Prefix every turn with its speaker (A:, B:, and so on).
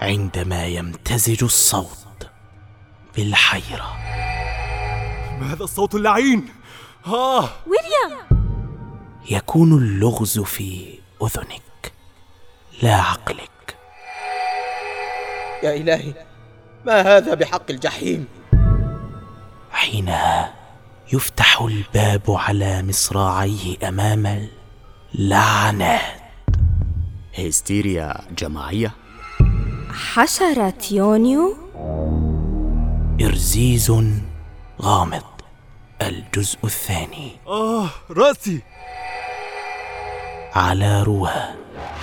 A: عندما يمتزج الصوت بالحيرة
B: ماذا الصوت اللعين؟ آه
C: ويليام
A: يكون اللغز في أذنك لا عقلك
D: يا إلهي ما هذا بحق الجحيم
A: حينها يفتح الباب على مصراعيه أمام اللعنات
E: هستيريا جماعية
C: حشرة يونيو
A: إرزيز غامض الجزء الثاني
B: آه رأسي
A: على روى